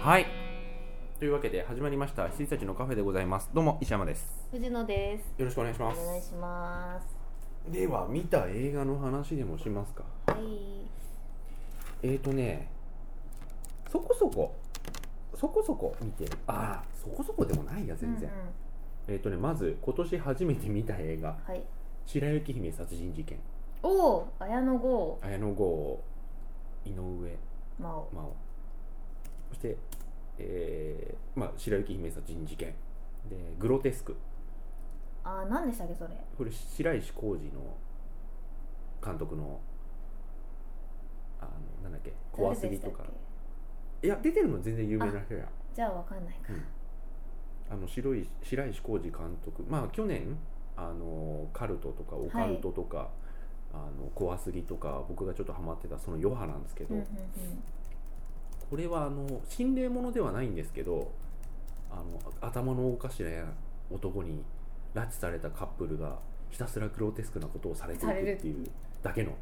はいというわけで始まりました羊たちのカフェでございますどうも石山です藤野です。よろしくお願いしまお願いします。では見た映画の話でもしますかはい。えーとねそこそこそこそこ見てるああそこそこでもないや全然、うんうんえーとねまず今年初めて見た映画はい。 「白雪姫殺人事件おお、綾野剛、綾野剛井上真央。真央そして、えーまあ、白雪姫殺人事件でグロテスクあー、なんでしたっけ、それ。これ白石浩二の監督のあのなんだっけ怖すぎとか誰でしたっいや出てるの全然有名な人やけじゃあ、わかんないか。あの白い白石浩二監督まあ去年あのカルトとかオカルトとか、あの怖すぎとか僕がちょっとハマってたその余波なんですけうど、んうんうん。これはあの心霊ものではないんですけどあの頭のおかしな男に拉致されたカップルがひたすらグロテスクなことをされていくっていうだけの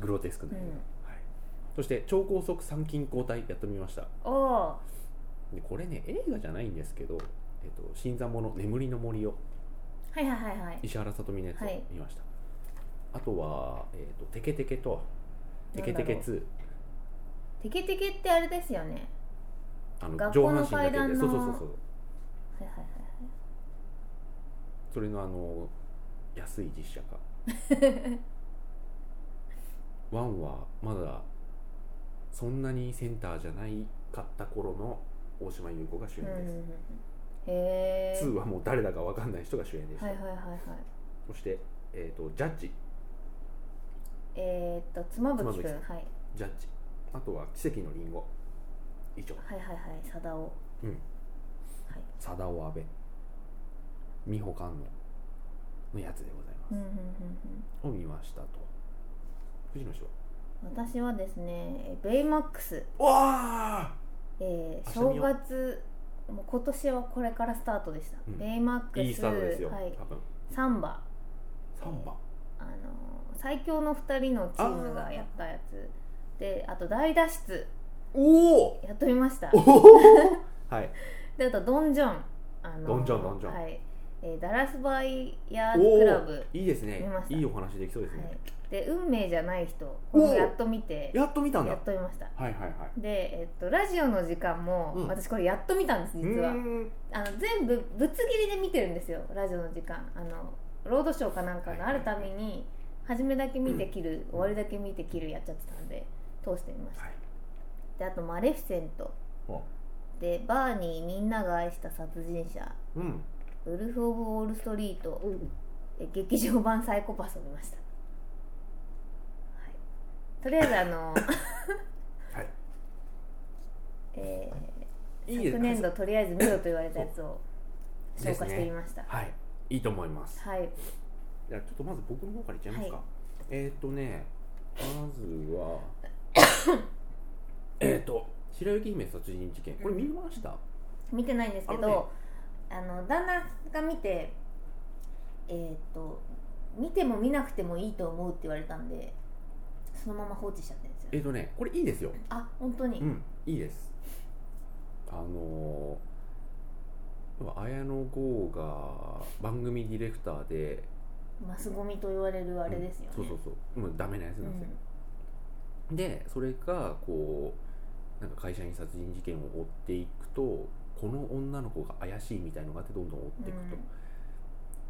グロテスクな映画、うんはい、そして超高速参勤交代やってみましたおお、でこれね映画じゃないんですけど「えっと、新参者眠りの森」をはいはいはいはい。石原さとみのやつをはい見ました、あとは「えっと、テケテケ」と「テケテケなんだろう2」テケテケってあれですよね。あの学上校半の身だけ階段でのそうそうそうそうはいはいそれのあの安い実写化 ワンはまだそんなにセンターじゃないかった頃の大島優子が主演はいはい。うんうんでうん。へえす、。2はもう誰だか分かんない人が主演でした、はいはいはいはい。そして、えー、とジャッジえー、っと、妻夫木妻君、夫木はい。ジャッジあとは「奇跡のリンゴ」以上はいはいはい、貞夫。うんはい。貞雄阿部美穂観音のやつでございますうん、うんうんうん。を見ましたと藤野氏は私はですね、ベイマックス。わあえー明日見正よう月もう今年はこれからスタートでした、うんベイマックスいいスタートですよ、はい、多分サンバ3番あのー最強の2人のチームがやったやつであと大脱出おおやっと見ましたおおはいであとドンジョンあのードンジョンドンジョンはいえーダラスバイヤーおズおクラブ、はい、いいですね見ましたいいお話できそうですね、で運命じゃない人これもやっと見てやっと見たんだやはっと見ましたいはいはいで、えっとラジオの時間も、うん私これやっと見たんですう実はーんあの全部ぶつ切りで見てるんですよラジオの時間あのロードショーかなんかがあるために初めだけ見て切る、終わりだけ見て切るやっちゃってたんで通してみました、はいであと「マレフィセントお」で「バーニーみんなが愛した殺人者」うん「ウルフ・オブ・ウォール・ストリート」で劇場版「サイコパス」を見ました、はい、とりあえずあの、 はい えーいいです昨年度とりあえず見ろと言われたやつをそう消化してみました、はいいいと思いますはいじゃあちょっとまず僕の方からいっちゃいますか、はえっ、ー、とねまず はえっと白雪姫殺人事件これ見ました、見てないんですけどあの,、旦那が見てえーっ、と見ても見なくてもいいと思うって言われたんでそのまま放置しちゃってるんですよ、えね、っ、ー、とねこれいいですよあ本当に、うん、いいです。あのー要は綾野剛が番組ディレクターで、マスゴミと言われるあれですよね、そうそうそう、もうダメなやつなんですよ。うで、それがこうなんか会社員殺人事件を追っていくと、この女の子が怪しいみたいのがあってどんどん追っていくと。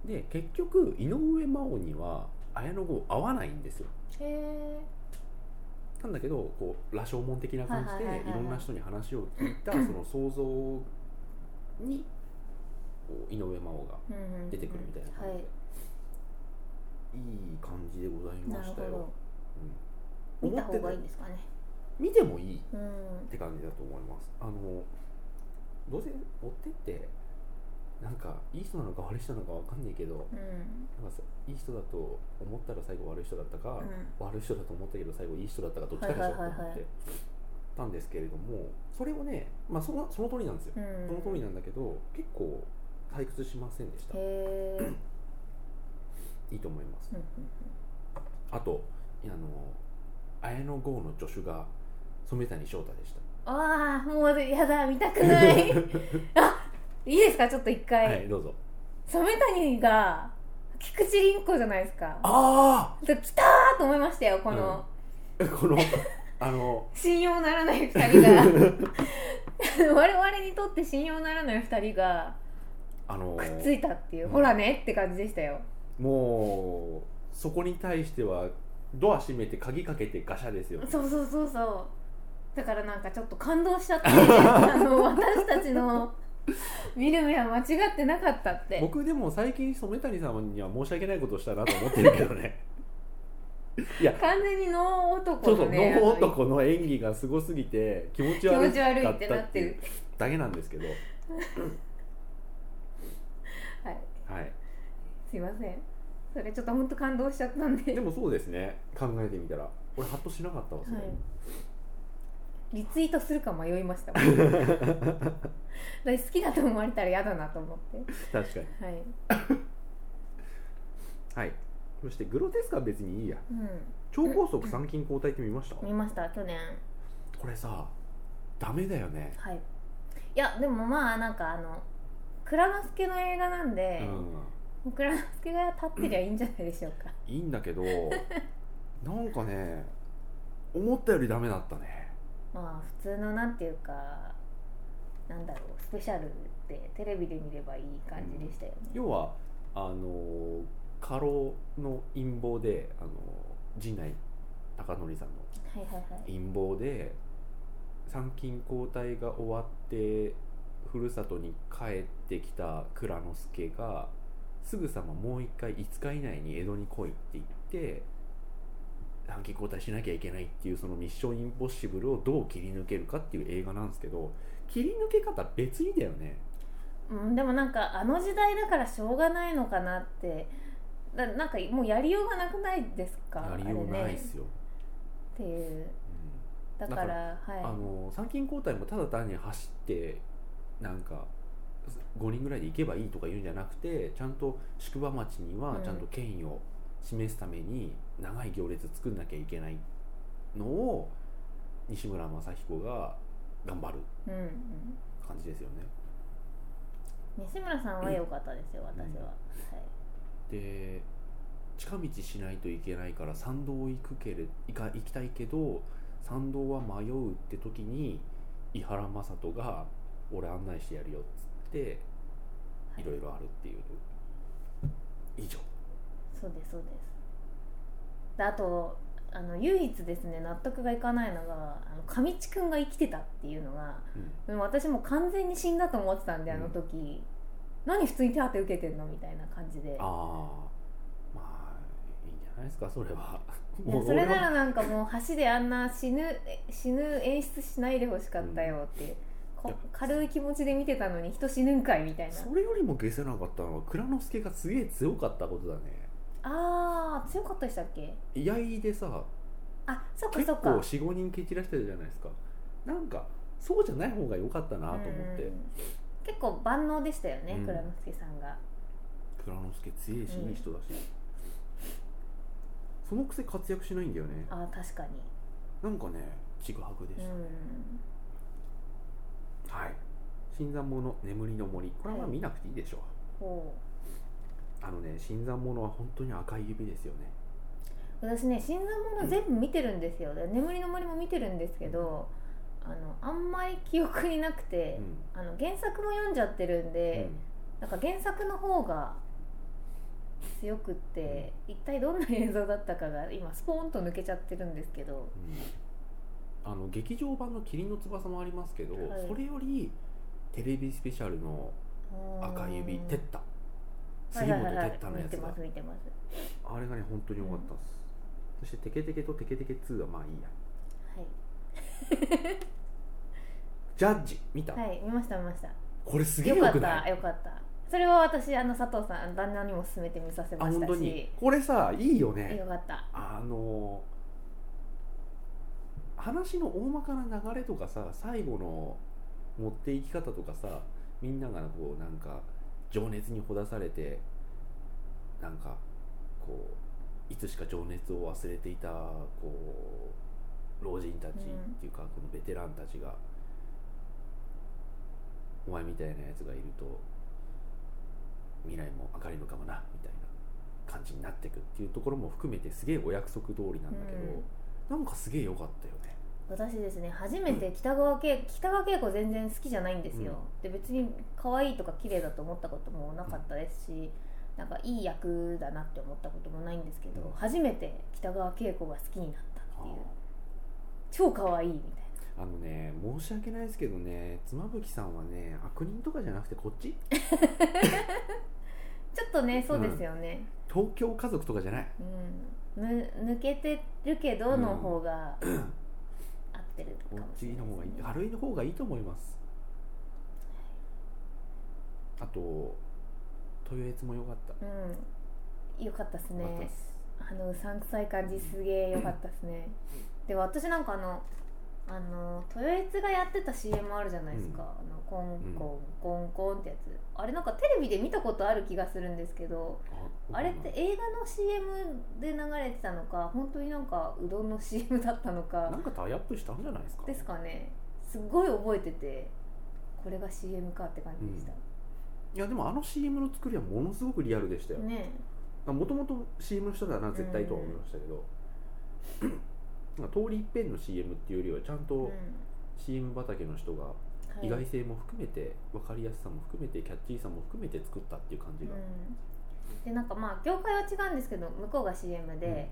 で、結局井上真央には綾野剛合わないんですよ。んへえなんだけどこう羅生門的な感じはいはいはいではいいろんな人に話を聞い たその想像にこう井上真央が出てくるみたいな感じで、はいいい感じでございまなるしたよほ、うん、ど見た方がい思っいんてですかね見てもいいっうんて感じだと思いますあのどうせ追ってってなんかいい人なのか悪い人なのかわかんないけどうんなんかさいい人だと思ったら最後悪い人だったか、うん悪い人だと思ったけど最後いい人だったかどっちかでしょはっいてはいはい思っはいてたんですけれどもそれをね、まあ、そのその通りなんですよ、うんその通りなんだけど結構退屈しませんでしたへえ、うんいいと思いますうんあとあの綾野剛の助手が染谷翔太でしたああもうやだ見たくない あいいですかちょっと一回、はいどうぞ染谷が菊池凛子じゃないですかあで来たーと思いましたよこの、あこ のあの信用ならない2人 が 我々にとって信用ならない2人があのくっついたっていう、うんほらねって感じでしたよもうそこに対してはドア閉めて鍵かけてガシャですよそうそうそうそうだからなんかちょっと感動しちゃっ てあの私たちの見る目は間違ってなかったって僕でも最近染谷さんには申し訳ないことをしたなと思ってるけど ねいや完全にノーそ男うそのう、ねノーあ男の演技がすごすぎて気持ちの悪気持ち悪いかってなっていうるだけなんですけど、はいはい、すいませんそれちょっと本当感動しちゃったんで でもそうですね考えてみたら俺ハッとしなかったわそれ、リツイートするか迷いま したもん私好きだと思われたら嫌だなと思って確かにはい、はいそしてグロテスクは別にいいやう超高速参勤交代って見ましたん、見ました去年これさダメだよね、はいいやでもまあなんかあの蔵之介の映画なんで、もう蔵之介が立ってりゃいいんじゃないでしょうか、 うんいいんだけどなんかね思ったよりダメだったねまあ普通のなんていうかなんだろうスペシャルってテレビで見ればいい感じでしたよね、要はあの過労の陰謀であの陣内孝則さんのはいはいはい陰謀で参勤交代が終わってふるさとに帰ってきた蔵之介がすぐさまもう一回5日以内に江戸に来いって言って参勤交代しなきゃいけないっていうそのミッションインポッシブルをどう切り抜けるかっていう映画なんですけど切り抜け方別にだよねうん、でもなんかあの時代だからしょうがないのかなってだなんかもうやりようがなくないですかやりようないっすよ、あれね、っていううんだからだかはいあの参勤交代もただ単に走ってなんか5人ぐらいで行けばいいとか言うんじゃなくてちゃんと宿場町にはうんちゃんと権威を示すために長い行列作んなきゃいけないのを西村雅彦が頑張るうんうん感じですよね。西村さんは良かったですよ、ん私は、はい、で近道しないといけないから参道を行くけれ行か行きたいけど参道は迷うって時に伊原雅人が「俺案内してやるよ」っつっていろいろあるっていう以上そうですそうですであとあの唯一ですね納得がいかないのがあの上地君が生きてたっていうのがうんでも私もう完全に死んだと思ってたんであの時、何普通に手当て受けてんのみたいな感じでああまあいいんじゃないですかそれはいやそれな俺はらなんかもう橋であんな死ぬえ死ぬ演出しないでほしかったよって、こいや軽い気持ちで見てたのに人死ぬんかいみたいなそれよりも消せなかったのは蔵之介がすげえ強かったことだねあー強かったでしたっけ居合でさあそっか結そ構っか45人蹴散らしてたじゃないですかなんかそうじゃない方が良かったなと思ってうん結構万能でしたよね、うん蔵之介さんが蔵之介強いしうんいい人だし、そのくせ活躍しないんだよねあー確かになんかねちぐはぐでしうた、んはい新参者眠りの森これはまあはい見なくていいでしょう、ほうあのね新参者は本当に赤い指ですよね私ね新参者全部見てるんですよ、で眠りの森も見てるんですけどあのあんまり記憶になくてう、ん、あの原作も読んじゃってるんで、なんか原作の方が強くって、一体どんな映像だったかが今スポーンと抜けちゃってるんですけどうんうんあの劇場版の「霧の翼」もありますけど、はいそれよりテレビスペシャルの「赤い指」テッタ杉本哲太のやつが見てます見てまあれがね本当に良かったです、そして「テケテケ」と「テケテケ2」はまあいいやすジャッジ見た、はい、はい、見ました見ましたこれすげえよよかくっなたいよかったそれは私あの佐藤さん旦那にも勧めて見させあまし本た当しにこれさいいよねよかったあのー話の大まかな流れとかさ最後の持っていき方とかさみんながこうなんか情熱にほだされてなんかこういつしか情熱を忘れていたこ老人たちっていうか、このベテランたちがお前みたいなやつがいると未来も明るいのかもなみたいな感じになってくっていうところも含めてすげえお約束通りなんだけど、うんなんかすげえ良かったよね私ですね初めて北川景北川景子全然好きじゃないんですよ、で別に可愛いとか綺麗だと思ったこともなかったですしなんかいい役だなって思ったこともないんですけど、うん初めて北川景子が好きになったっていう超可愛いみたいあのね申し訳ないですけどね妻夫木さんはね悪人とかじゃなくてこっちなちょっとねそうですよね、東京家族とかじゃないうんぬ抜けてるけどの方が、合ってるこかっもしちれないのですね方がいい軽いの方がいいと思いますあと豊悦も良かったうんよかったです良かったねっすあのうさんくさい感じすげえよかったですねでも私なんかあのあの豊悦がやってた CM あるじゃないですか、あのコンコンコンコンってやつあれなんかテレビで見たことある気がするんですけどあれって映画の CM で流れてたのか本当になんかうどんの CM だったのなかんかタイアップしたんじゃないですかですかねすっごい覚えててこれが CM かって感じでした、いやでもあの CM の作りはものすごくリアルでしたよねもともと CM の人だな絶対とは思いましたけど、なんか通り一遍の CM っていうよりはちゃんうんと CM 畑の人がはい意外性も含めて分かりやすさも含めてキャッチーさも含めて作ったっていう感じが、うん、でなんかまあ業界は違うんですけど向こうが CM で、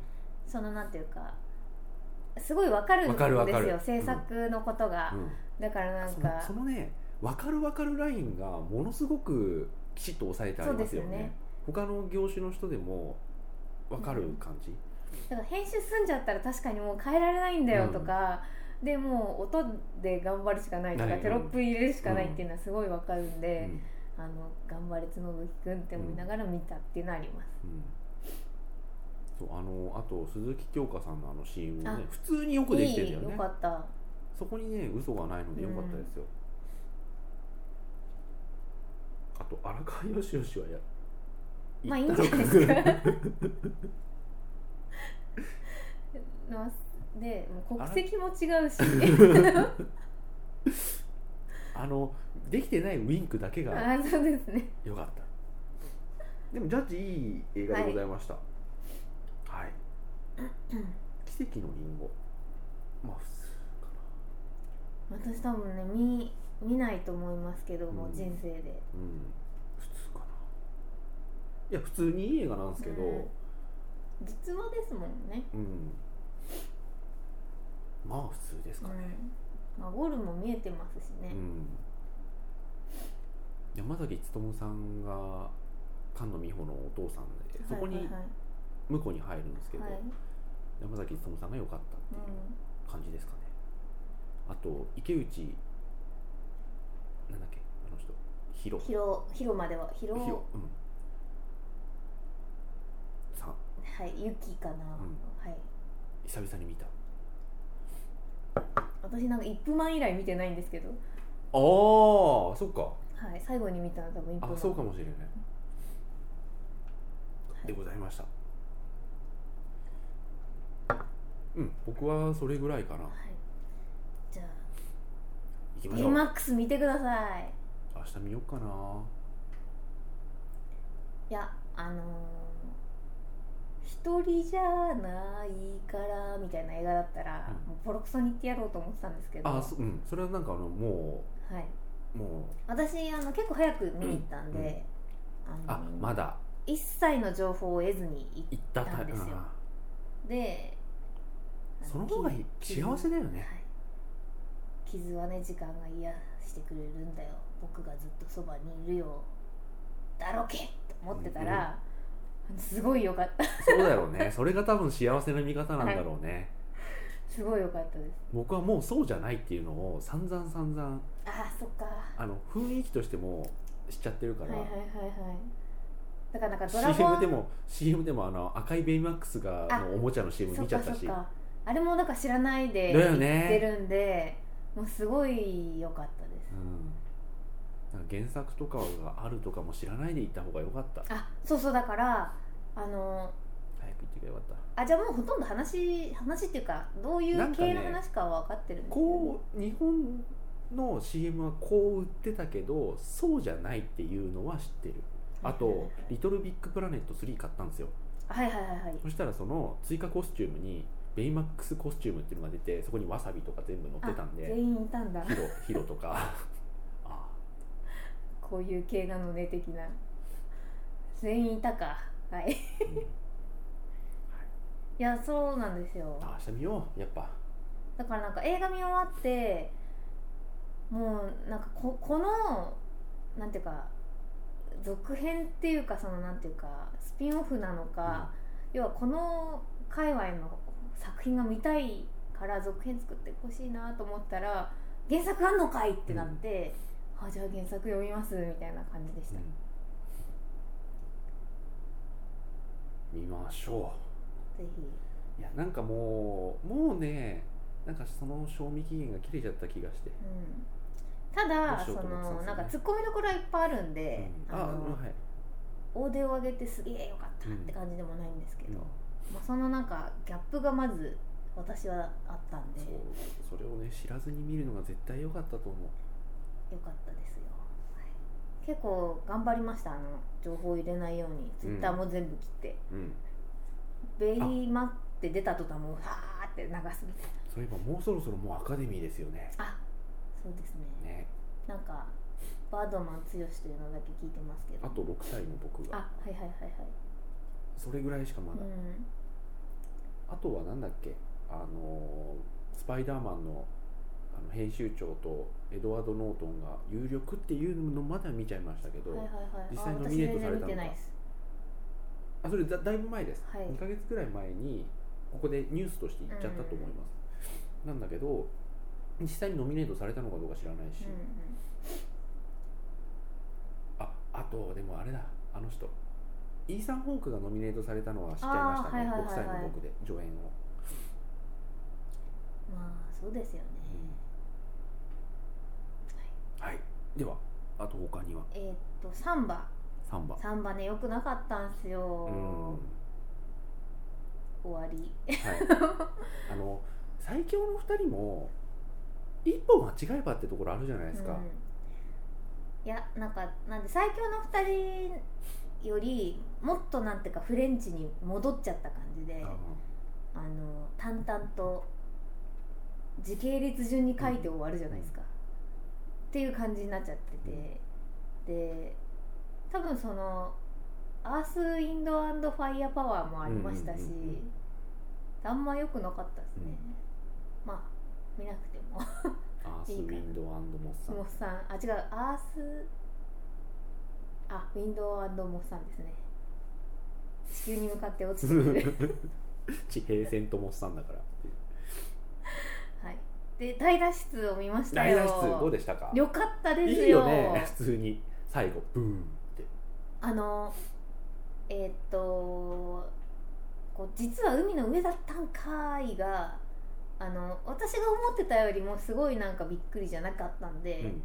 そのなんていうかすごいわかるんわかるわかですよる制作のことが、うんだからなんそのかそのね分かる分かるラインがものすごくきちっと押さえてありますよそうですよねね他の業種の人でも分かる感じ、だから編集済んじゃったら確かにもう変えられないんだよとか、でもう音で頑張るしかないとなかいテロップ入れるしかないっていうのはすごいわかるんで、あの頑張れ角吹くんって思いながら見たっていうのはあります、うんうんそうあのあと鈴木京香さんのあの CM もあね普通によくできてるんだよねいいよかったそこにね嘘がないので良かったですよ、あと荒川よしよしはやまあいい言んっじたゃのないですかなでもう国籍も 違うしあのできてないウィンクだけが あそうですね良かったでもジャッジいい映画でございましたはい、奇跡のリンゴまあ普通か私多分ね見見ないと思いますけども、うん人生でなうん普通かないや普通にいい映画なんですけど、うん実話ですもんね、うん、まあ普通ですうかね、んまあ、ゴールも見えてますしねう、ん、山崎努さんが菅野美穂のお父さんで、そこはいにはいはい婿に入るんですけど、はい山崎努さんが良かったっていうう感じですかね、あと池内なんだっけあの人ヒロん、広広までは広ヒロうんさんはい雪かな、んはい久々に見たあ私なんか一分前以来見てないんですけどあーそっかはい最後に見たのは多分一分あ前そうかもしれない、いでございましたうん僕はそれぐらいかなはいじゃあ行きましょう DMAX 見てください明日見ようかないやあのー一人じゃないからみたいな映画だったら、うんもうボロクソに言ってやろうと思ってたんですけどあそうんそれはなんかあのもはい、うも私あの結構早く見に行ったんで、うああのまだ一切の情報を得ずに行行った行ったんですよあってーその方がいい傷幸せだよねはい、傷はね時間が癒してくれるんだよ僕がずっとそばにいるよだろけと思ってたら、すごい良かったそうだろう ねそれが多分幸せの見方なんだろうね、すごい良かったです僕はもうそうじゃないっていうのを散々散々あーそっかはあの雰囲気としてもしちゃってるかいら、はいはいはいだからなんかドラゴ CM ンでも CM でもあの赤いベイマックスがあのおもちゃの CM そ見っちゃかっそたっしかあれもなんか知らないでだ行よっねてるんでもうすごい良かったでうん、なんか原作とかがあるとかも知らないで行った方が良かったすあそうそうだからあの早く言ってくればよかっあじゃあもうほとんど話話っていうかどういなうんかね系の話かは分かってるんでたすけどこう日本の CM はこう売ってたけどそうじゃないっていうのは知ってるあと「リトルビッグプラネット3」買ったんですよはいはいはいはいそしたらその追加コスチュームにベイマックスコスチュームっていうのが出てそこにわさびとか全部載ってたんあで全員いたんだヒロヒロとかああこういう系なのね的な全員いたかはいいうんやそうなんですよあ明日見ようやっぱだからなんか映画見終わってもうなんかここのなんていうか続編っていうかそのなんていうかスピンオフなのか、要はこの界隈の作品が見たいから続編作ってほしいなと思ったら原作あんのかいってなって、あじゃあ原作読みますみたいな感じでした、うん見ましょぜひういやなんかもうもうねなんかその賞味期限が切れちゃった気がして、うんたどだ、そうしようと思ってたんのですなよねんかツッコミどころはいっぱいあるんで、うんああはのい大手を上げてすげえよかったって感じでもないんですけど、うんまあ、そのなんかギャップがまず私はあったんでそうそれをね知らずに見るのが絶対良かったと思うよかったですよ、はい結構頑張りましたあの情報入れないようにツイッターも全部切って、うんベイマって出た途端もうはーって流すみたいそういえばもうそろそろもうアカデミーですよねなあそうですねねなんかバードマン剛というのだけ聞いてますけどあと6歳の僕があはいはいはいはいそれぐらいしかまだ、うんあとはなんだっけあのースパイダーマンのあの編集長とエドワード・ノートンが有力っていうのまでは見ちゃいましたけど、はいはいはい、実際あノ私ミネート全然されたのか見てないですあそれだだいぶ前です、はい2ヶ月ぐらい前にここでニュースとして言っちゃったと思います、なんだけど実際にノミネートされたのかどうか知らないし、うああとでもあれだあの人イーサン・ホークがノミネートされたのは知っちゃいましたね、あーはいはいはいはい6歳の僕で助演を、んうん、まあそうですよね、はいではあと他にはえーっとサンバ3番サンバねよくなかったんすよ、うんは終わりい あの最強の2人も一歩間違えばってところあるじゃないですか、うんいやなんかなんで最強の2人よりもっとなんていうかフレンチに戻っちゃった感じであのあの淡々と時系列順に書いて終わるじゃないですか、っていう感じになっちゃってて、で多分そのアース・インド・アンド・ファイア・パワーもありましたし、うんうんうんうんあんま良くなかったですね、まあ見なくてもアース・いいウかィンドウモッサンモッサンあ違うアースあウィンドウモッサンですね地球に向かって落ちてく る地平線とモッサンだからはいで大脱出を見ました大よ脱出どうでしたかよかったですよいいよね普通に最後ブーンってあのえーっとこう実は海の上だったんかーいがあの私が思ってたよりもすごいなんかびっくりじゃなかったんで、うん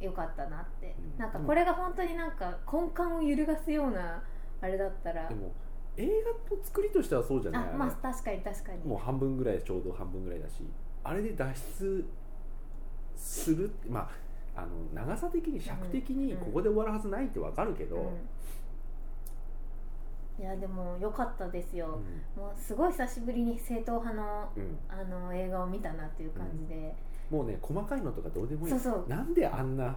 よかったなって、うんなんかこれが本当になんか根幹を揺るがすようなあれだったらでも映画の作りとしてはそうじゃないあまあ確かに確かにもう半分ぐらいちょうど半分ぐらいだしあれで脱出するまああの長さ的に尺的にうんここで終わるはずないってわかるけど、うんいやでも良かったですうよ、んもうすごい久しぶりに正統派のうんあの映画を見たなっていう感じで、もうね細かいのとかどうでもいいそうそうなんであんな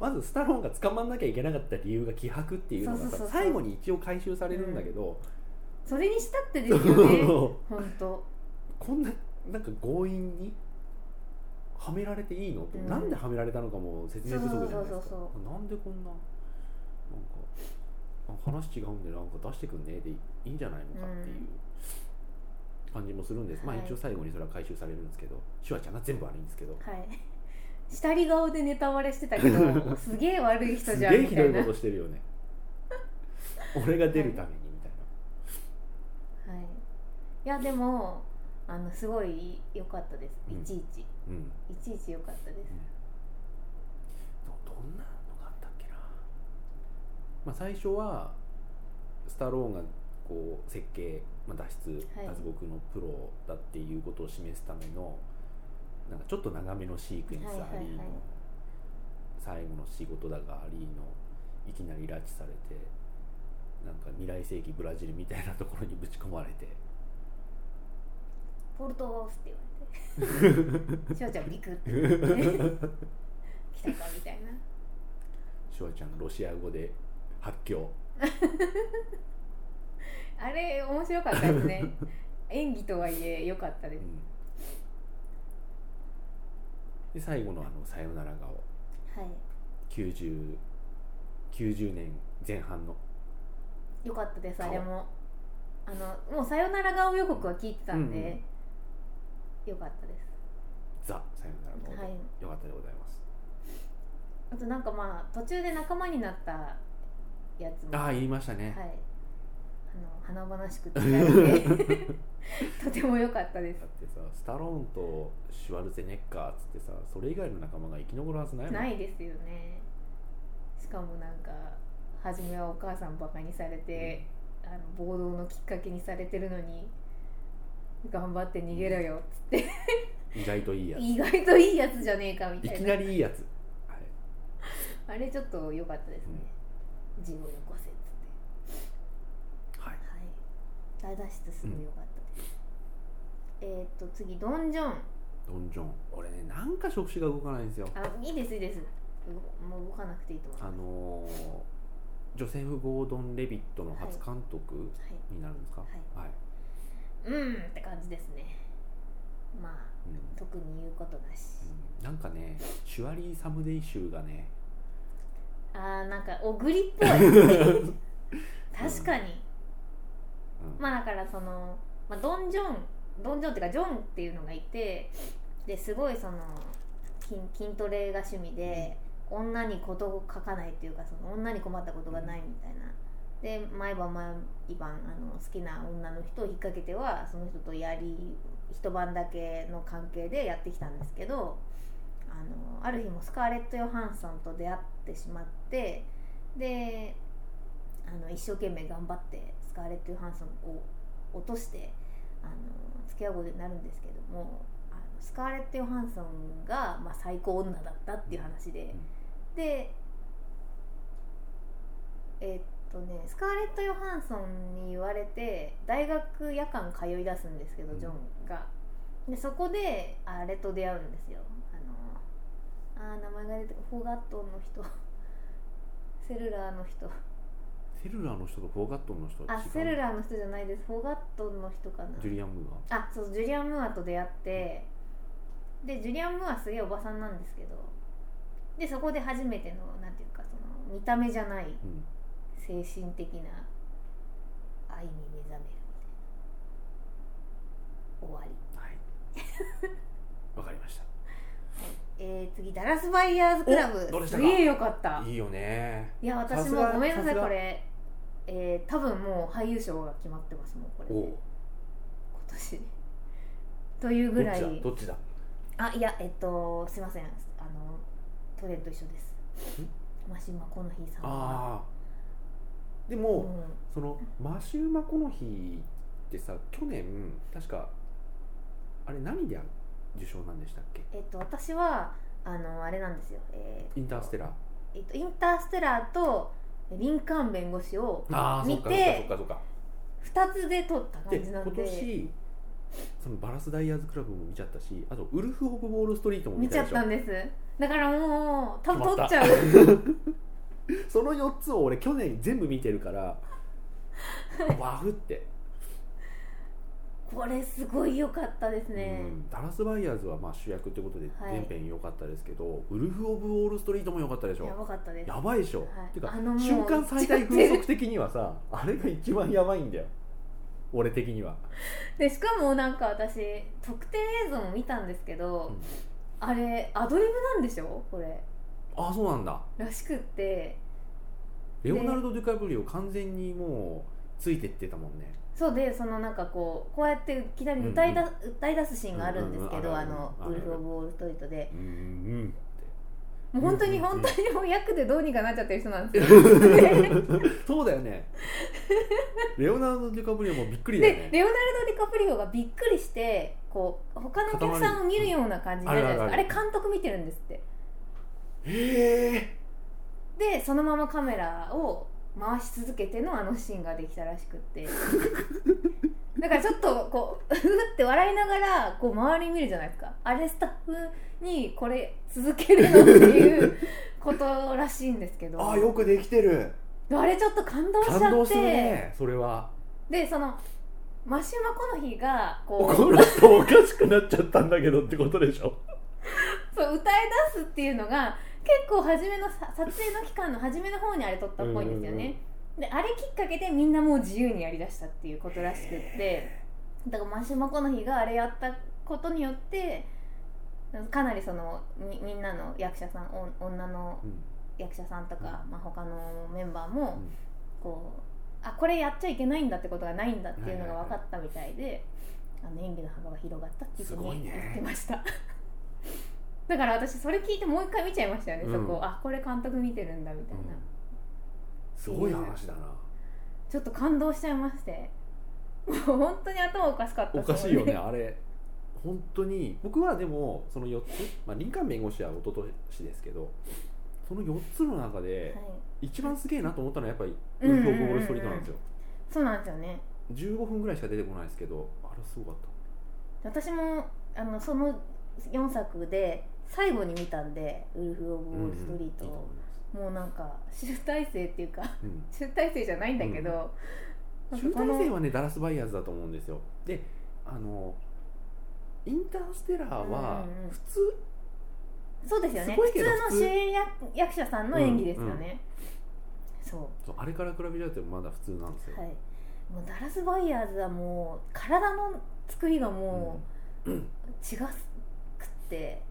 まずスタローンが捕まんなきゃいけなかった理由が希薄っていうのがさそうそうそうそう最後に一応回収されるんだけど、それにしたってですよ ね本当こんななんか強引にはめられていいの、うんなんではめられたのかも説明不足じゃないですそうそうかそうなんでこんななんかあ話違うんでなんか出してくんねでいいんじゃないのかっていうう感じもするんです、はまあい一応最後にそれは回収されるんですけどシュワちゃんが全部悪いんですけどはい下り顔でネタバレしてた けどすげえ悪い人すじげゃんえみひたどいいなことしてるよ ね俺が出るためにみたいはい、いやでもあのすごい良かったです、うんいちいちな、うんいちいち良かったです、どどんなのがあったっけな、まあ、最初はスタローンがこう設計、まあ、脱出はい脱獄のプロだっていうことを示すためのなんかちょっと長めのシークエンスあはいはいりの、はい最後の仕事だがありのいきなり拉致されてなんか未来世紀ブラジルみたいなところにぶち込まれてポルトガルって言わ れて翔ちゃんビクって来たかみたいなシュワちゃんロシア語で発狂あれ面白かったで すね演技とはいえ良かったですで最後のあの「さよなら顔はい」 90, 90年前半の良かったですあ顔れもあのもう「さよなら顔予告」は聞いてたんうんうんで、良かったです「ザ・さよなら顔」で、はいよかったでございますあとなんかまあ途中で仲間になったやつもああはい言いましたね、 あの華々しくてとても良かったですだってさスタローンとシュワルツェネッカーっつってさそれ以外の仲間が生き残るはずないもんないですよねしかもなんか初めはお母さんバカにされて、あの暴動のきっかけにされてるのに頑張って逃げろよっつって意外といいやつ意外といいやつじゃねえかみいたきいななりいいやつ、はい、あれちょっと良かったですね、自分を起こせっつっはい、てはい大脱出するの良かったです、えーっと次ドンジョンドンジョン俺ねなんか触手が動かないんですよあいいですいいですうもう動かなくていいと思いあますのージョセフ・ゴードン・レビットの初監督になるんですかはいはい、はい、うんって感じですねまあうんう特に言うことなし、んなんかねシュワリー・サムデイ集がねあーなんかおぐりっぽ い確かに、うんまあだからその、まあ、ドン・ジョンドン・ジョンっていうかジョンっていうのがいてですごいその筋筋トレが趣味で、女にことを書かないっていうかその女に困ったことがないみたいな。で毎晩毎晩あの好きな女の人を引っ掛けてはその人とやり一晩だけの関係でやってきたんですけどあのある日もスカーレット・ヨハンソンと出会ってしまってであの一生懸命頑張ってスカーレット・ヨハンソンを落としてあの付き合うことになるんですけどもあのスカーレット・ヨハンソンが、まあ、最高女だったっていう話で、でえっとねスカーレット・ヨハンソンに言われて大学夜間通い出すんですけど、うんジョンがでそこであれと出会うんですよあのあー名前が出てこフォガットンの人セルラーの人セルラーの人とフォーガットンの人はあ違うセルラーの人じゃないですフォガットンの人かなジュリアン・ムーアあそうジュリアン・ムーアと出会ってでジュリアン・ムーアすげえおばさんなんですけどでそこで初めてのなんていうかその見た目じゃないうん精神的な愛に目覚めるみたいな終わりはい わかりましえー、次ダラスバイヤーズクラブおどうでしたすかげえよかったたいいよねいやさ私すもがごめんなささいすがこれえー、多分もう俳優賞が決まってますもうこれおう今年というどぐっらちいだどっちだあいやえっとすいませんあのトレンと一緒ですマシンマコノヒーさんはああでうも、んそのマシューマコノヒってさ去年確かあれ何で受賞なんでしたっけえっと私はあのあれなんですよ、えーインターステラーえっと、インターステラーとリンカーン弁護士をあーそ見っかてそっかそっか2つで撮ったそっかで感じな今んで年そのバラスダイヤーズクラブも見ちゃったしあとウルフ・オブ・ウォール・ストリートも見見ちたゃでっしょたんですだからもう多分撮っち決まゃうその4つを俺去年全部見てるからわふって、これすごい良かったですね、うんダラス・バイヤーズはまあ主役ってことではい全編良かったですけど、ウルフ・オブ・ウォール・ストリートも良かったでしょやばかったですやばいでしょ、はいてかあのもう瞬間最大風速的にはさあれが一番やばいんだよ俺的にはでしかもなんか私特典映像も見たんですけど、うんあれアドリブなんでしょこれあそうなんだらしくってレオナルド・デュカブリオ完全にもうついてってたもんねそうでそのなんかこうこうやっていきなり歌いだ、う歌い出すシーンがあるんですうけど、んうんうんああるあるのあるウルフ・オブ・ウォール・ストリートでうんうんってもう本当に本当にもう役でどうにかなっちゃってる人なんですよ そうだよねレオナルド・ディカプリオもびっくりだよでねレオナルド・ディカプリオがびっくりしてこう他のお客さんを見るような感じになるじゃないですかうんああれるあ監る督見てるんですってへえでそのままカメラを回し続けてのあのシーンができたらしくって だからちょっとこううって笑いながらこう周り見るじゃないですかあれスタッフにこれ続けるのっていうことらしいんですけどあよくできてるあれちょっと感動しちゃって感動するねそれはでそのマシュマコの日がこうこの人おかしくなっちゃったんだけどってことでしょ そう歌い出すっていうのが結構初めのさ撮影の期間の初めの方にあれ撮ったっぽいんですよね、であれきっかけでみんなもう自由にやりだしたっていうことらしくってだからマシュマコの日があれやったことによってかなりそのみみんなの役者さんお女のうん役者さんとか、まあ、他のメンバーうもんこうあこれやっちゃいけないんだってことがないんだっていうのが分かったみたいで、あの演技の幅が広がったっていうふすうごいにね言ってました、 だから私それ聞いてもう一回見ちゃいましたよね、うんそこあこれ監督見てるんだみたいな、すごい話だなちょっと感動しちゃいまして もう本当に頭おかしかったおっすかもんしいよねあれ本当に僕はでもその4つ、まあ、林間弁護士は一昨年ですけどその4つの中ではい一番すげえなと思ったのはやっぱり「うんうんウうんルうんフ・オブ・ウォールストリート」なんですよそうなんですよね15分ぐらいしか出てこないですけどあれすごかった私もあのその4作で最後に見たんで「ウルフ・オブ・ウォール・ストリートうんうんいいと思をい」もうなんか集大成っていうかま集大成じゃないんだけど、すなうんんかこの集大成はねダラス・バイヤーズだと思うんですよであのインターステラーはうんうん普通そうですよねすごい普け通どの主演役役者さんの演技ですよね、そそうあれから比べちゃうとまだ普通なんですようはいもうダラス・バイヤーズはもう体の作りがもう違くって、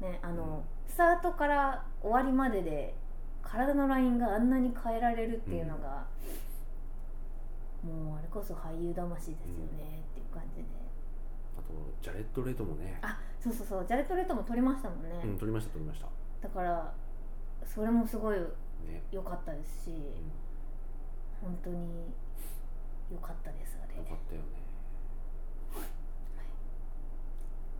ねあのスタートから終わりまでで体のラインがあんなに変えられるっていうのが、もうあれこそ俳優魂ですよねっていう感じであとジャレット・レトもねあそうそうそうジャレット・レッドも撮りましたもんね、うん撮りました撮りましただからそれもすごいね良かったですし、本当に良かったですあれよかったよね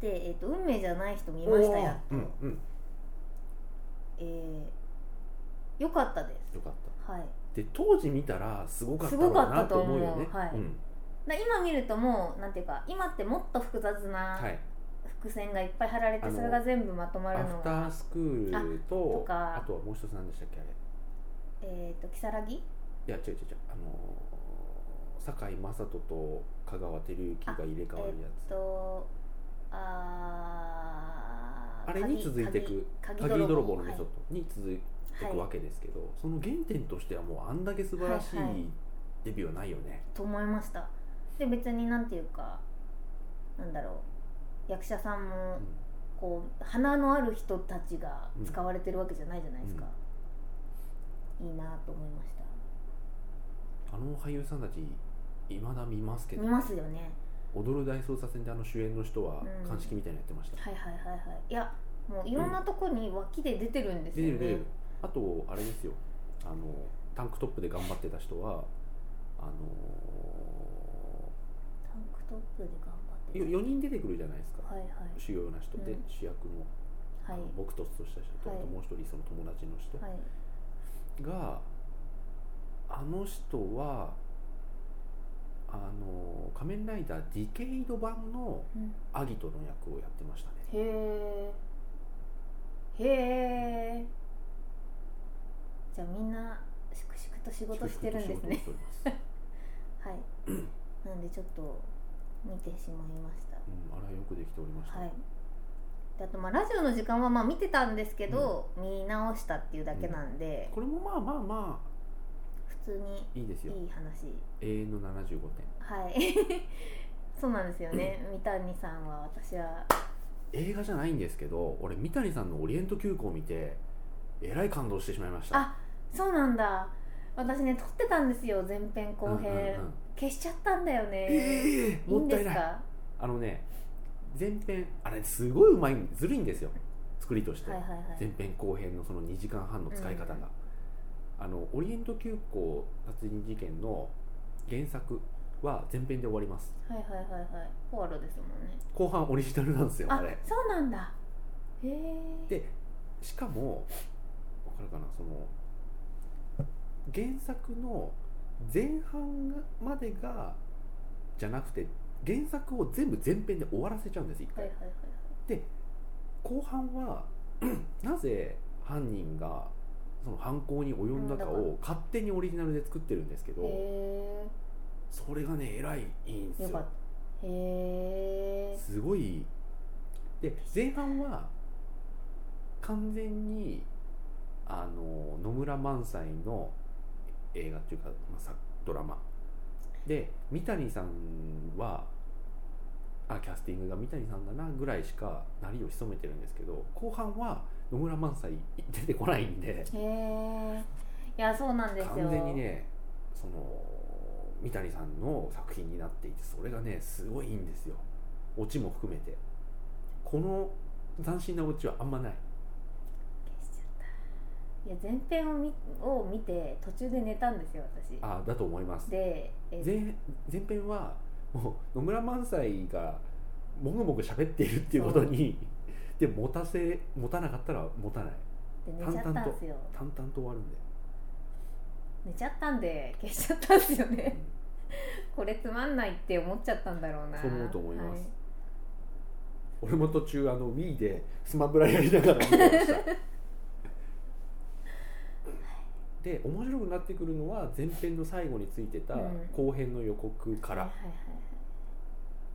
で、えっと「運命じゃない人」見ましたやっと、うんうんえー、良かったですよかったはいで当時見たらすごかったろうなと思うよねすごかったと思うはいうんだ今見るともうなんていうか今ってもっと複雑は、ない伏線がいっぱい張られて、あのそれが全部まとまアるフのタがースクールあととかあとはもう一つ何でしたっけあれえっ、と如月いや違う違う違うあのー堺雅人と香川照之が入れ替わるやつとあーあれに続いていく鍵鍵鍵泥泥棒棒のメソッドに続いていくわけですけど、その原点としてはもうあんだけ素晴らしいはいはいデビューはないよね、と思いましたで別になんていうかなんだろう役者さんもうんこう鼻のある人たちが使われてるわけじゃないじゃないですか、いいなと思いましたあの俳優さんたちいまだ見ますけど見ますよね踊る大捜査線であの主演の人はうん鑑識みたいなのやってました、はいはいはいはいいやもういろんなとこに脇で出てるんです出よてね、る出てるあとあれですよあのタンクトップで頑張ってた人はあのタンクトップで頑張ってる4人出てくるじゃないですか、はいはい主要な人で、うん主役のはい僕ととした人と、はいあともう一人その友達の人はいが、あの人はあの仮面ライダーディケイド版のうんアギトの役をやってましたねへえへえじゃあみんな粛々と仕事してるんですね仕事をしておりますはいなんでちょっと見てしまいましたうん、あれはよくできておりました、はいであとまあラジオの時間はまあ見てたんですけど、見直したっていうだけなんで、これもまあまあま普通にあいいですよいい話永遠の75点はい そうなんですよね三谷さんは私は映画じゃないんですけど俺三谷さんの「オリエント急行」を見てえらい感動してしまいましたあそうなんだ私ね撮ってたんですよ前編後編、うんうんうん消しちゃったんだよね、ええいいもんったでいすないかあのね前編あれすごいうまいずるいんですよ作作りとしてはいはいはい前編後編のその2時間半の使い方が、うんあのオリエント急行殺人事件の原作は前編で終わりますはいはいはいはいポアロですもんね後半オリジナルなんですよああれそうなんだへえでしかも分かるかなその原作の前半がまでがじゃなくて原作を全部前編で終わらせちゃうんです一は回、いはいはい後半は なぜ犯人がその犯行に及んだかうを勝手にオリジナルで作ってるんですけど、へえそれがねえらいいいんですよよかったへえすごいで前半は完全にあの野村萬斎の映画っていうか、まあ、さドラマで三谷さんはあキャスティングが三谷さんだなぐらいしかなりを潜めてるんですけど後半は野村萬斎出てこないんでへえいやそうなんですよ完全にねその三谷さんの作品になっていてそれがねすごいいいんですよオチも含めてこの斬新なオチはあんまない消しちゃったいや前編を見を見て途中で寝たんですよ私あだと思いますでえ前前編はもう野村萬斎がもぐもぐ喋っているっていうことにで持たせ持たなかったら持たないで寝ちゃったんですよ淡々と終わるんで、寝ちゃったんで消しちゃったんですようんね これつまんないって思っちゃったんだろうなそう思うと思いますは俺も途中あの Wii でスマブラやりながら見てましたで面白くなってくるのは前編の最後についてたうん後編の予告かい、ら、はいはい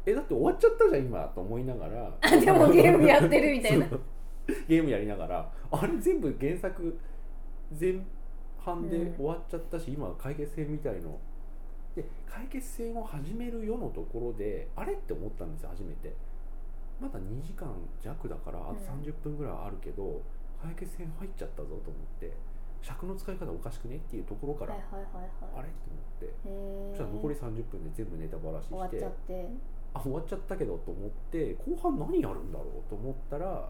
えだって終わっちゃったじゃん今と思いながらあでもゲームやってるみたいなそうゲームやりながらあれ全部原作前半で終わっちゃったし、今は解決戦みたいので解決戦を始めるよのところであれって思ったんですよ初めてまだ2時間弱だからあとうん30分ぐらいあるけど、解決戦入っちゃったぞと思って尺の使い方おかしくねっていうところから、はいはいはいあはいれって思ってそへえしたら残り30分で全部ネタバラシ終わしっちてゃってあ終わっちゃったけどと思って後半何やるんだろうと思ったら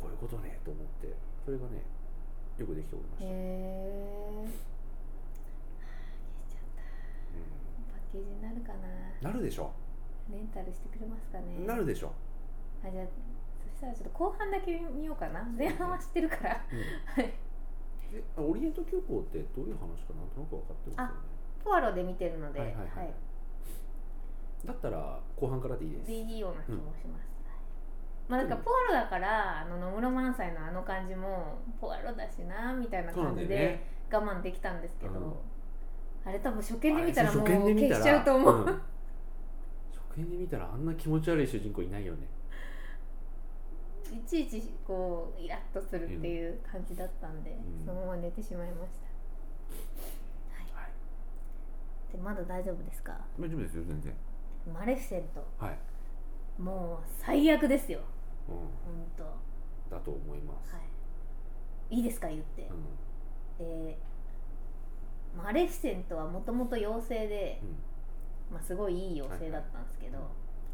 こういうことねと思ってそれがねよくできておりましへた、うん、 え消しちゃったパッケージになるかななるでしょ、レンタルしてくれますかねなるでしょ、あじゃあそしたらちょっと後半だけ見ようかな前半は知ってるからうんはいえあオリエント急行ってどういう話かなんとなく分かってますよねポアロで見てるので、はいはいはいだったら後半からでいいです、いいような気もします、はいまあなんかポアロだからあの野村萬斎のあの感じもポアロだしなみたいなそうなん感だじよでね我慢できたんですけど、うんあれ多分初見で見たらもうあれ初見で見消たしらちゃうと思う、ん初見で見たらあんな気持ち悪い主人公いないよねいちいちこうイラッとするっていう感じだったんで、うんそのまま寝てしまいましたはいでまだ大丈夫ですか大丈夫ですよ全然マレフィセントはい、もう最悪ですよう本当はん、だと思います、いいいですか言って、うんえーマレフィセントはもともと妖精で、うんまあ、すごいいい妖精だったんですけど、は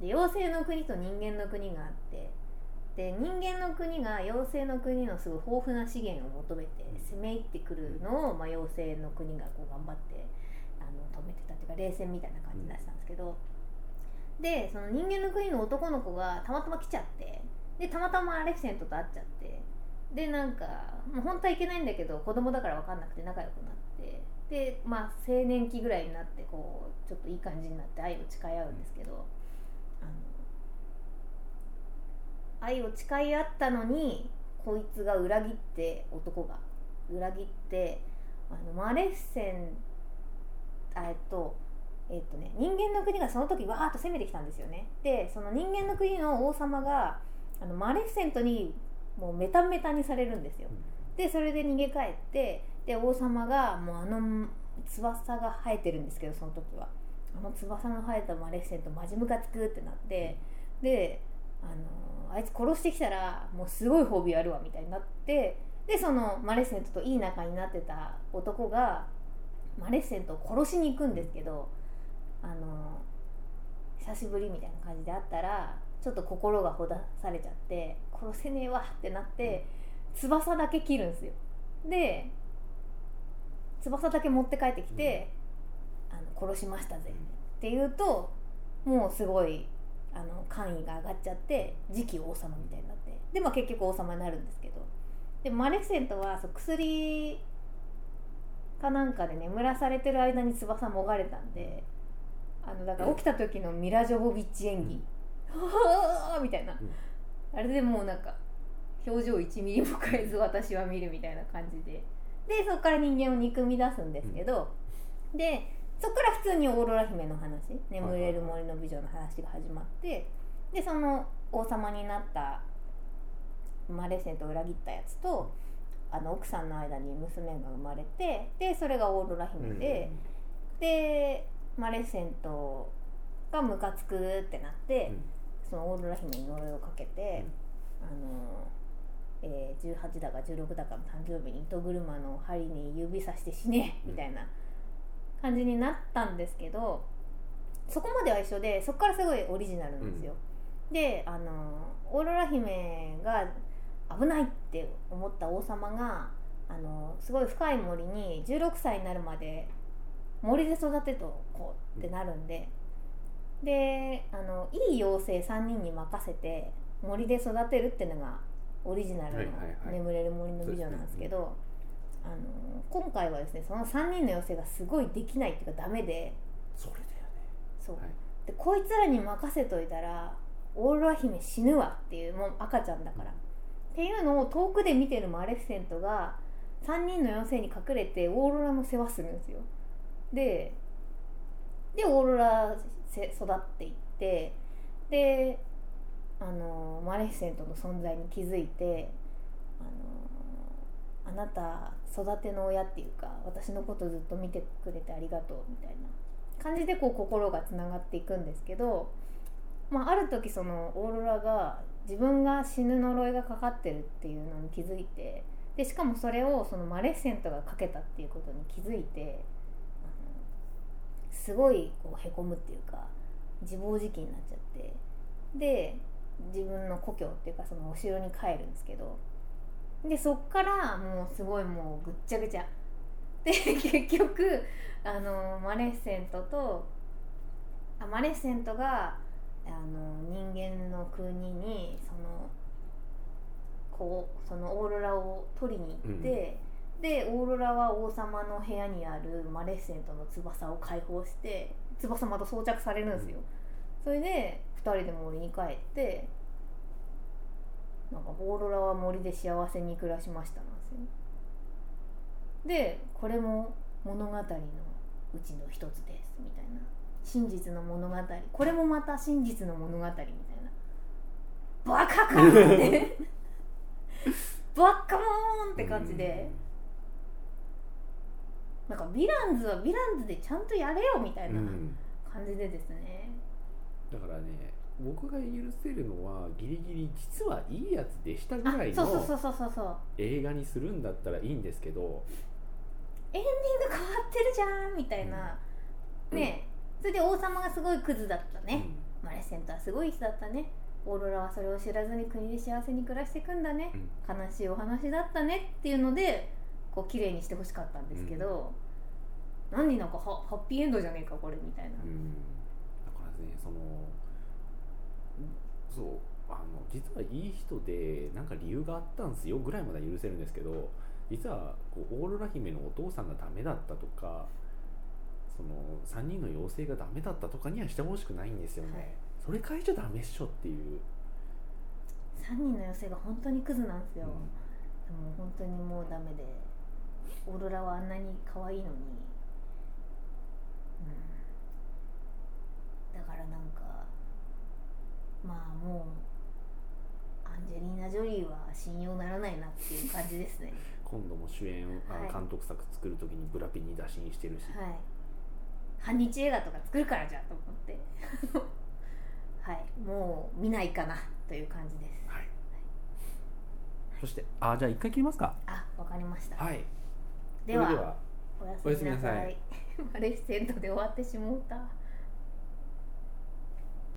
いはで妖精の国と人間の国があってで人間の国が妖精の国のすごい豊富な資源を求めて攻め入ってくるのを、まあ、妖精の国がこう頑張ってあの止めてたっていうか冷戦みたいな感じだったんですけど、でその人間の国の男の子がたまたま来ちゃってでたまたまアレクセントと会っちゃってでなんかもう本当はいけないんだけど子供だから分かんなくて仲良くなってでまあ青年期ぐらいになってこうちょっといい感じになって愛を誓い合うんですけど、あの愛を誓い合ったのにこいつが裏切って男が裏切ってあのマレフィセンあえっとえっとね人間の国がその時わーっと攻めてきたんですよねでその人間の国の王様があのマレフィセントにもうメタメタにされるんですよでそれで逃げ帰ってで王様がもうあの翼が生えてるんですけどその時はあの翼の生えたマレフィセントマジムカつくってなってであのあいつ殺してきたらもうすごい褒美やるわみたいになってでそのマレフィセントといい仲になってた男がマレフィセントを殺しに行くんですけどあの久しぶりみたいな感じで会ったらちょっと心がほだされちゃって殺せねえわってなって翼だけ切るんですよで翼だけ持って帰ってきて、あの殺しましたぜって言うともうすごいあの官位が上がっちゃって次期王様みたいになってで、まあ、結局王様になるんですけどでマレフィセントはそう薬かなんかで眠らされてる間に翼もがれたんであのだから起きた時のミラ・ジョボビッチ演技「はあ、 みたいな、んあれでもうなんか表情1ミリも変えず私は見るみたいな感じででそこから人間を憎み出すんですけど、でそこから普通にオーロラ姫の話「眠れる森の美女」の話が始まってでその王様になったマレセントを裏切ったやつとあの奥さんの間に娘が生まれてでそれがオーロラ姫で、でマレセントがムカつくってなって、そのオーロラ姫に呪いをかけて、あのえー18だか16だかの誕生日に糸車の針に指さして死ねうんみたいな感じになったんですけど、そこまでは一緒でそこからすごいオリジナルなんですよ。であのオーロラ姫が危ないって思った王様があのすごい深い森に16歳になるまで森で育てとこうってなるんで、であのいい妖精3人に任せて森で育てるってのがオリジナルのはいはい「はい眠れる森の美女」なんですけど、あの今回はですねその3人の妖精がすごいできないっていうかダメでそれだよそう、はいでこいつらに任せといたらオーロラ姫死ぬわっていうもう赤ちゃんだから、っていうのを遠くで見てるマレフィセントが3人の妖精に隠れてオーロラの世話するんですよででオーロラせ育っていってであのマレフィセントの存在に気づいてあのあなた育ての親っていうか私のことずっと見てくれてありがとうみたいな感じでこう心がつながっていくんですけど、まあ、ある時そのオーロラが自分が死ぬ呪いがかかってるっていうのに気づいてでしかもそれをそのマレフィセントがかけたっていうことに気づいてあのすごいこうへこむっていうか自暴自棄になっちゃってで自分の故郷っていうかそのお城に帰るんですけどでそっからもうすごいもうぐっちゃぐちゃで 結局あのマレッセントとあマレッセントがあの人間の国にそのこうそのオーロラを取りに行って、でオーロラは王様の部屋にあるマレッセントの翼を解放して翼また装着されるんですよ、それで2人で森に帰ってなんかオーロラは森で幸せに暮らしましたなんですよでこれも物語のうちの一つですみたいな真実の物語これもまた真実の物語みたいなバカかってバッカモーンって感じで、なんかヴィランズはヴィランズでちゃんとやれよみたいね、う、なん感じでですね、だからね僕が許せるのはギリギリ実はいいやつでしたぐあらいそうそのうそうそうそうそう映画にするんだったらいいんですけどエンディング変わってるじゃんみたいな、うんねそれで王様がすごいクズだったね、うんマレセントはすごい人だったねオーロラはそれを知らずに国で幸せに暮らしていくんだね、悲しいお話だったねっていうのでこう綺麗にしてほしかったんですけど、何なんかハハッピーエンドじゃねえかこれみたいな、うん、だからねそのそうあの実はいい人でなんか理由があったんですよぐらいまでは許せるんですけど実はこうオーロラ姫のお父さんがダメだったとかその3人の妖精がダメだったとかにはしてほしくないんですよね、はいそれ変えちゃダメっしょっていう、 3人の妖精が本当にクズなんですよ、うんでも本当にもうダメでオーロラはあんなに可愛いのに、うん、だからなんかまあもうアンジェリーナ・ジョリーは信用ならないなっていう感じですね今度も主演、あはい監督作作る時にブラピに打診してるし、 はい反日映画とか作るからじゃと思って はいもう見ないかなという感じですはいそしてあじゃあ一回切りますかあわかりました、はいではそれではおやすみなさおやすみなさ いマレフィセントで終わってしもうた